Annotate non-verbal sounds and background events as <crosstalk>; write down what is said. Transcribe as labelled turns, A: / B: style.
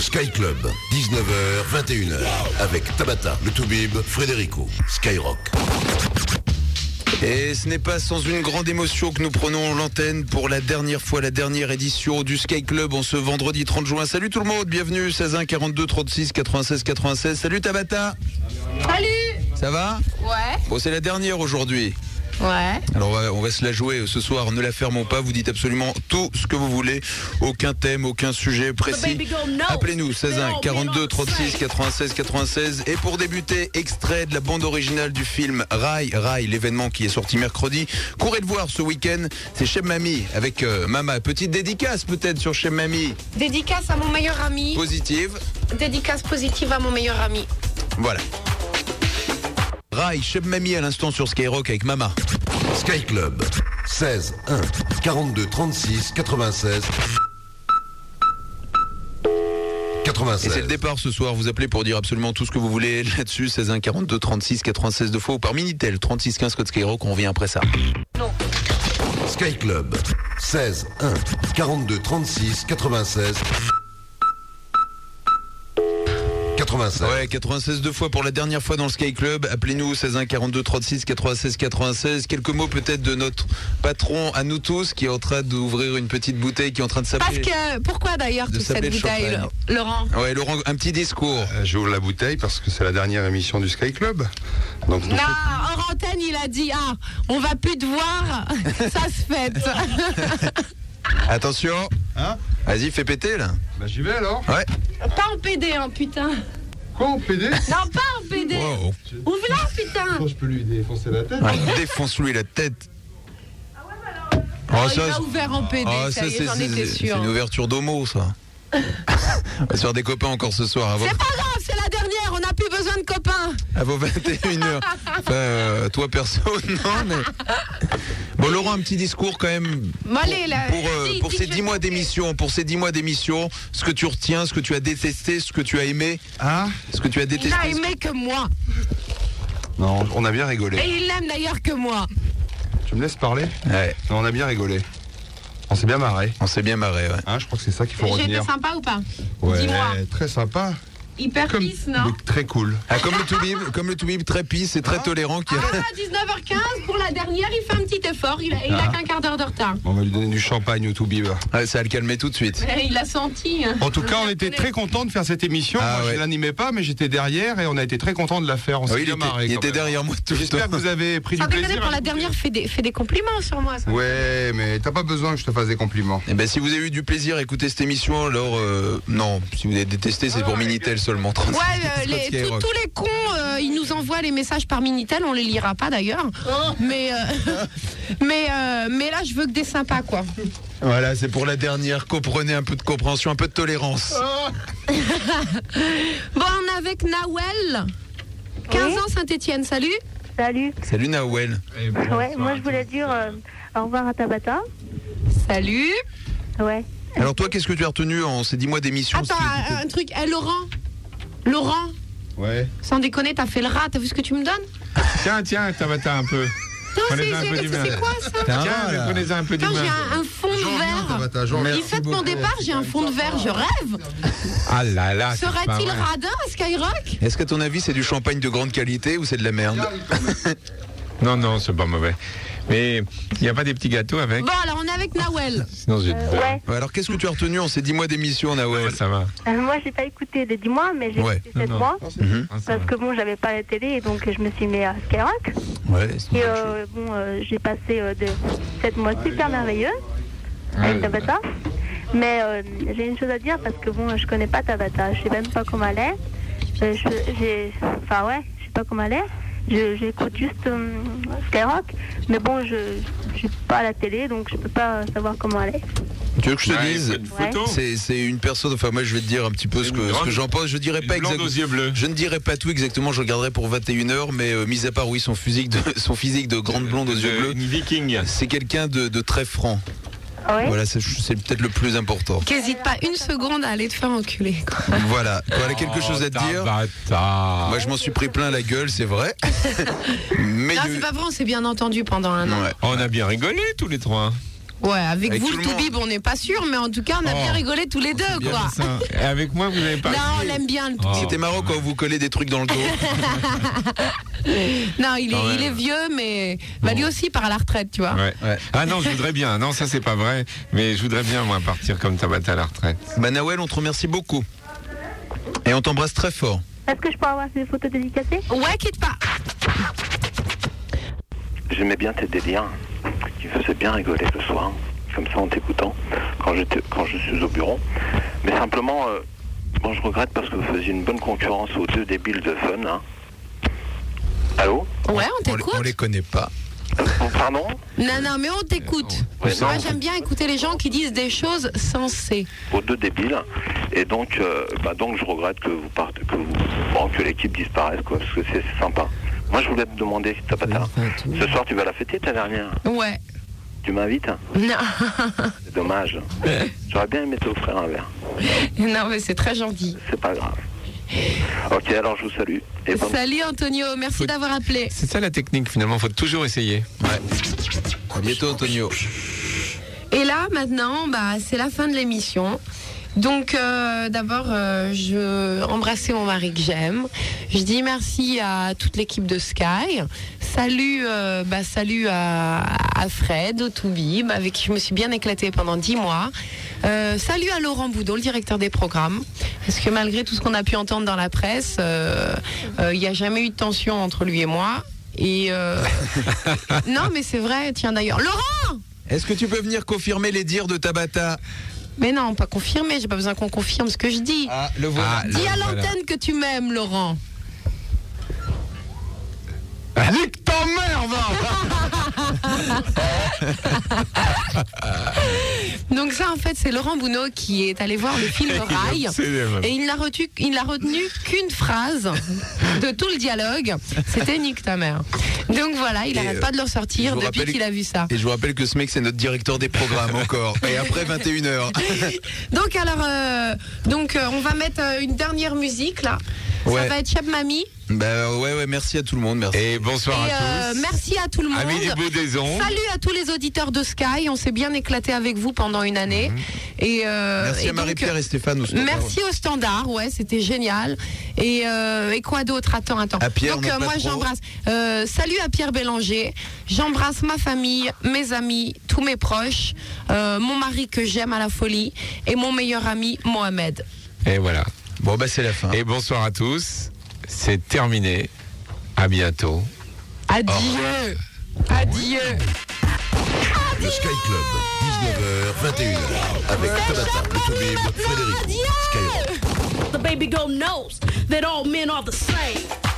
A: Sky Club, 19h, 21h, avec Tabata, le Toubib, Frédérico, Skyrock.
B: Et ce n'est pas sans une grande émotion que nous prenons l'antenne pour la dernière fois, la dernière édition du Sky Club en ce vendredi 30 juin. Salut tout le monde, bienvenue 16 1 42 36 96 96. Salut Tabata,
C: Salut
B: ça va
C: Ouais.
B: Bon, c'est la dernière aujourd'hui.
C: Ouais.
B: Alors on va, on va se la jouer euh, ce soir, ne la fermons pas, vous dites absolument tout ce que vous voulez, aucun thème, aucun sujet précis. Appelez-nous 16 1 42 36 96 96 et pour débuter, extrait de la bande originale du film Rai Rai, l'événement qui est sorti mercredi. Courez le voir ce week-end, c'est Chez Mamie avec euh, Mama. Petite dédicace peut-être sur Chez Mamie,
C: Dédicace à mon meilleur ami.
B: positive.
C: Dédicace positive à mon meilleur ami.
B: Voilà. Rai, Chez Mamie à l'instant sur Skyrock avec Mama.
A: Sky Club, 16 1 42 36 96
B: Et
A: 96.
B: c'est le départ ce soir. Vous appelez pour dire absolument tout ce que vous voulez <laughs> là-dessus. 16 1 42 36 96 deux fois ou par Minitel 36 15 code Skyrock. On revient après ça.
A: Sky Club, 16 1 42 36 96 96.
B: Ouais, 96 deux fois pour la dernière fois dans le Sky Club. Appelez-nous 16 1 42 36 96 96. Quelques mots peut-être de notre patron à nous tous qui est en train d'ouvrir une petite bouteille qui est en train de
C: Parce
B: s'appeler.
C: que, pourquoi d'ailleurs
B: De
C: toute cette
B: s'appeler le
C: bouteille,
B: champagne.
C: Lo- Laurent
B: Ouais, Laurent, un petit discours.
D: Euh, J'ouvre la bouteille parce que c'est la dernière émission du Sky Club. Donc, nous-
C: Non, hors antenne, il a dit Ah, on va plus te
B: <laughs>
C: voir, ça se fête.
B: Attention.
D: euh. Hein
B: Vas-y, fais péter là.
D: Bah, j'y vais alors.
B: Ouais.
C: pas en PD, hein, putain.
D: Quoi, on PD
C: Non, pas en PD.
B: Wow.
C: Ouvre-la,
B: Ah,
C: putain.
D: Je peux lui défoncer la tête.
B: Défonce-lui la tête.
D: Ah
C: Oh,
D: bah euh,
B: Oh,
C: il
B: ça,
C: a ouvert en PD,
B: Ah,
C: ça,
B: ça,
C: y est,
B: c'est
C: j'en
B: c'est- c'est-
C: étais
B: c'est
C: sûre.
B: une ouverture d'homo,
C: <laughs>
B: ça. On va se faire des copains encore ce soir, à vos,
C: C'est pas grave, c'est la dernière, on n'a plus besoin de copains.
B: à vos 21h. Enfin, euh, toi, perso, <laughs> non, mais. Bon, Laurent, un petit discours quand même.
C: Bon, allez, là.
B: Pour, euh,
C: Dis-
B: pour
C: dis,
B: ces
C: je vais
B: 10 mois
C: compter.
B: d'émission, pour ces 10 mois d'émission, ce que tu retiens, ce que tu as détesté, ce que tu as aimé,
D: Hein
B: ce que tu as
C: Il
B: détesté.
C: n'a aimé que moi.
D: Non, on a bien rigolé.
C: Et il l'aime d'ailleurs que moi.
D: Tu me laisses parler
B: Ouais,
D: Non, on a bien rigolé. On s'est bien marré.
B: on s'est bien marré, ouais.
D: Hein, je crois que c'est ça qu'il faut
C: J'ai été
D: retenir.
C: sympa ou pas dis-moi.
D: Ouais, très sympa.
C: Hyper
D: Comme-
C: pisse, non
D: mais très cool.
B: Ah, comme le
C: <laughs>
B: Toubib, comme le Toubib, très pisse et très tolérant. Qui...
C: Ah, à 19h15, pour la dernière, il fait un petit effort. Il a, il
D: Ah.
C: a qu'un quart d'heure de retard.
D: On va lui donner du champagne au Toubib.
B: Ouais, ça a le calmé tout de suite.
C: Il l'a senti. hein.
D: En tout cas, on était très contents de faire cette émission.
B: Ah,
D: Moi,
B: ouais.
D: je l'animais pas, mais j'étais derrière et on a été très contents de la faire. On s'est
B: Ah oui, il
D: bien
B: était,
D: marré.
B: il
D: quand
B: était
D: même.
B: derrière moi tout le temps.
D: J'espère que vous avez pris
C: Sans
D: du
C: déconner,
D: plaisir.
C: pour
D: à
C: la
D: l'écouter.
C: dernière, fait des, fait des compliments sur moi. ça.
D: Ouais, mais t'as pas besoin que je te fasse des compliments.
B: Eh ben, si vous avez eu du plaisir à écouter cette émission, alors euh, non, si vous avez détesté, c'est pour Minitel seulement. 36,
C: Ouais, euh,
B: c'est pas
C: les- tous
B: Skyrock.
C: tous les cons, euh, ils nous envoient les messages par Minitel, on les lira pas d'ailleurs. Mais, euh, <laughs> mais, euh, mais là, je veux que des sympas, quoi.
B: Voilà, c'est pour la dernière. Comprenez un peu de compréhension, un peu de tolérance.
E: Oh.
C: Bon, on est avec Nawel, 15 ans, Saint-Etienne, salut.
F: Salut.
B: Salut Nawel.
E: Eh ben,
F: Ouais, moi je voulais dire euh, au revoir à Tabata.
C: Salut.
F: Ouais.
B: Alors toi, qu'est-ce que tu as retenu en ces 10 mois d'émission
C: Attends,
B: si-
E: euh,
C: un, un truc, Eh, Laurent. Laurent,
D: Ouais.
C: sans déconner, t'as fait le rat, t'as vu ce que tu me donnes
D: Tiens, tiens, Tabata un peu.
C: Non,
D: Prenez-en
C: c'est-
D: un peu
C: c'est
D: d'humain.
C: c'est quoi ça
B: T'as un
D: Tiens,
B: rat,
D: mais
B: là.
D: prenez-en un peu
C: Putain, j'ai
D: d'humain.
C: un, un fond de verre.
D: Tabata, Jean,
C: Il fait de mon départ, j'ai un fond de verre, je rêve.
D: Ah là là. c'est pas
C: Serait-il
D: vrai.
C: radin à
E: euh.
C: Skyrock
B: Est-ce qu'à ton avis, c'est du champagne de grande qualité ou c'est de la merde
E: Non, non, c'est pas mauvais. Mais il n'y a pas des petits gâteaux avec
C: Bon, alors on est avec Nawel.
E: Sinon, j'ai Oh,
F: Euh, ouais.
B: Ouais, Alors qu'est-ce que tu as retenu en ces 10 mois d'émission, Nawel
E: Ça va.
F: Euh, moi j'ai pas écouté les 10 mois, mais j'ai
B: Ouais.
F: écouté 7
E: Non, non.
F: mois.
E: Ah, ça
F: Parce
E: va.
F: que bon, j'avais pas la télé et donc je me suis mis à Skyrock.
B: Ouais, c'est-
F: Et euh, bon, euh, j'ai passé euh, de 7 mois super merveilleux avec Tabata. Mais euh, j'ai une chose à dire parce que bon, je connais pas Tabata. Je sais même pas comment elle est. Euh, je- j'ai- Enfin ouais, je sais pas comment elle est. Je- J'écoute juste euh, Skyrock. Mais bon, je je suis pas à la télé donc je peux pas savoir comment elle est.
B: Tu veux que je te
E: Ouais,
B: dise
E: une photo
B: c'est, c'est une personne, enfin moi je vais te dire un petit peu ce que,
E: Une
B: ce que
E: grande-
B: j'en pense, je dirais
E: Une
B: pas
E: blonde
B: exactement.
E: aux yeux bleus.
B: Je ne dirai pas tout exactement, je le garderai pour 21h, mais euh, mis à part, oui, son physique de, <laughs> son physique de grande blonde aux yeux
E: De-
B: bleus,
E: Une viking.
B: c'est quelqu'un de, de très franc.
F: Ah ouais.
B: Voilà, c'est, c'est peut-être le plus important.
C: Qu'hésite pas une seconde à aller te faire enculer. quoi.
B: Voilà, elle a
C: Oh,
B: quelque chose
E: Oh,
B: à te dire.
E: Tabata.
B: Moi, je m'en suis pris plein la gueule, c'est
C: <laughs>
B: vrai. mais
C: Non,
B: il y a eu-
C: c'est pas vrai, on s'est bien entendu pendant un an.
E: Oh,
B: Ouais.
E: On a bien rigolé tous les trois.
C: Ouais, avec,
B: Avec
C: vous,
B: tout
C: le
B: le monde.
C: Toubib, on n'est pas sûr, mais en tout cas, on a
E: Oh.
C: bien rigolé tous les deux,
E: Bien
C: quoi.
E: ça. Et Avec moi, vous n'avez pas.
C: Là, on l'aime bien, le
E: Oh.
C: Toubib.
B: C'était marrant quand vous collez des trucs dans le dos.
C: Non, il
E: Quand
C: est, il
E: même.
C: est vieux, mais bah, lui aussi part à la retraite, tu vois.
E: Ouais.
B: Ouais.
E: Ah non, je voudrais bien. Non, ça c'est pas vrai. Mais je voudrais bien moi partir comme Tabata à la retraite.
B: Bah Nawel, on te remercie beaucoup. Et on t'embrasse très fort.
F: Est-ce que je peux avoir une photo dédicacée
C: Ouais, quitte pas.
G: J'aimais bien tes délires. Tu me faisais bien rigoler le soir, comme ça en t'écoutant, quand, je te- quand je suis au bureau. Mais simplement, euh, bon, je regrette parce que vous faisiez une bonne concurrence aux deux débiles de fun. hein. Allô
C: Ouais, Ah, on
B: On les, on
C: t'écoute.
B: les connaît pas.
G: Euh, Pardon
C: Non, non, mais on t'écoute.
G: Ouais,
C: Moi,
G: non.
C: j'aime bien écouter les gens qui disent des choses sensées.
G: Aux deux débiles. Et donc, euh, bah, donc je regrette que vous partez, que, vous, bon, que l'équipe disparaisse, quoi, parce que c'est sympa. Moi, je voulais te demander, Tapata, ce soir, tu vas la fêter ta dernière
C: Ouais. <laughs>
G: Tu m'invites
C: Non,
G: C'est dommage. J'aurais bien aimé t'offrir un verre.
C: non mais c'est très gentil.
G: C'est pas grave. Ok, alors je vous salue. Et bonne
C: Salut Antonio, merci d'avoir appelé.
E: C'est ça la technique finalement. Faut toujours essayer.
B: À bientôt, Antonio.
C: Et là, maintenant, bah, c'est la fin de l'émission. Donc, euh, d'abord, euh, je embrassais mon mari que j'aime. Je dis merci à toute l'équipe de Sky. Salut, euh, bah, salut à, à Fred, au Toubib, avec qui je me suis bien éclatée pendant dix mois. Euh, salut à Laurent Boudot, le directeur des programmes. Parce que malgré tout ce qu'on a pu entendre dans la presse, euh, euh, il n'y a jamais eu de tension entre lui et moi. Et euh, non, mais c'est vrai. Tiens d'ailleurs, Laurent.
B: Est-ce que tu peux venir confirmer les dires de Tabata
C: Mais non, pas confirmé, j'ai pas besoin qu'on confirme ce que je dis.
B: Ah, le voilà.
E: Ah,
C: dis à
E: voilà.
C: l'antenne que tu m'aimes, Laurent.
E: Ah, nique ta mère, va
C: Donc ça, en fait, c'est Laurent Bounot qui est allé voir
B: <laughs>
C: le film Rail. Et il n'a retenu, il n'a retenu qu'une phrase de tout le dialogue. C'était Nick ta mère. Donc voilà, il
B: Et,
C: n'arrête
B: euh,
C: pas de le
B: je
C: ressortir
B: vous
C: depuis
B: rappelle-
C: qu'il a vu ça.
B: Et je vous rappelle que ce mec, c'est notre directeur des programmes encore. Et après
C: <laughs>
B: 21h.
C: Donc alors, euh, donc euh, on va mettre euh, une dernière musique là.
B: Ouais.
C: Ça va être Chap Mamie.
B: bah ouais, ouais, merci à tout le monde. Merci.
E: Et bonsoir
C: et
E: à
C: euh,
E: tous.
C: merci à tout le monde.
E: Amis des Beaudaisons.
C: Salut à tous les auditeurs de Sky. On s'est bien éclaté avec vous pendant une année. Et euh,
B: Mhm. merci
C: et
B: à Marie-Pierre
C: donc, euh,
B: et Stéphane. au standard.
C: Merci au standard, ouais, c'était génial. Et, euh, et quoi d'autre Attends, attends.
B: À Pierre,
C: Donc
B: non, pas
C: moi
B: trop.
C: j'embrasse. euh, salut à Pierre Bélanger. J'embrasse ma famille, mes amis, tous mes proches, euh, mon mari que j'aime à la folie et mon meilleur ami Mohamed.
E: Et voilà.
B: Bon, bah c'est la fin.
E: Et bonsoir à tous. C'est terminé. À bientôt.
C: Adieu. Adieu.
A: Le Sky Club, 19h, 21h, avec Tabata, le Toubib, Frédérico, Skyrock.
H: The baby girl knows that all men are the same.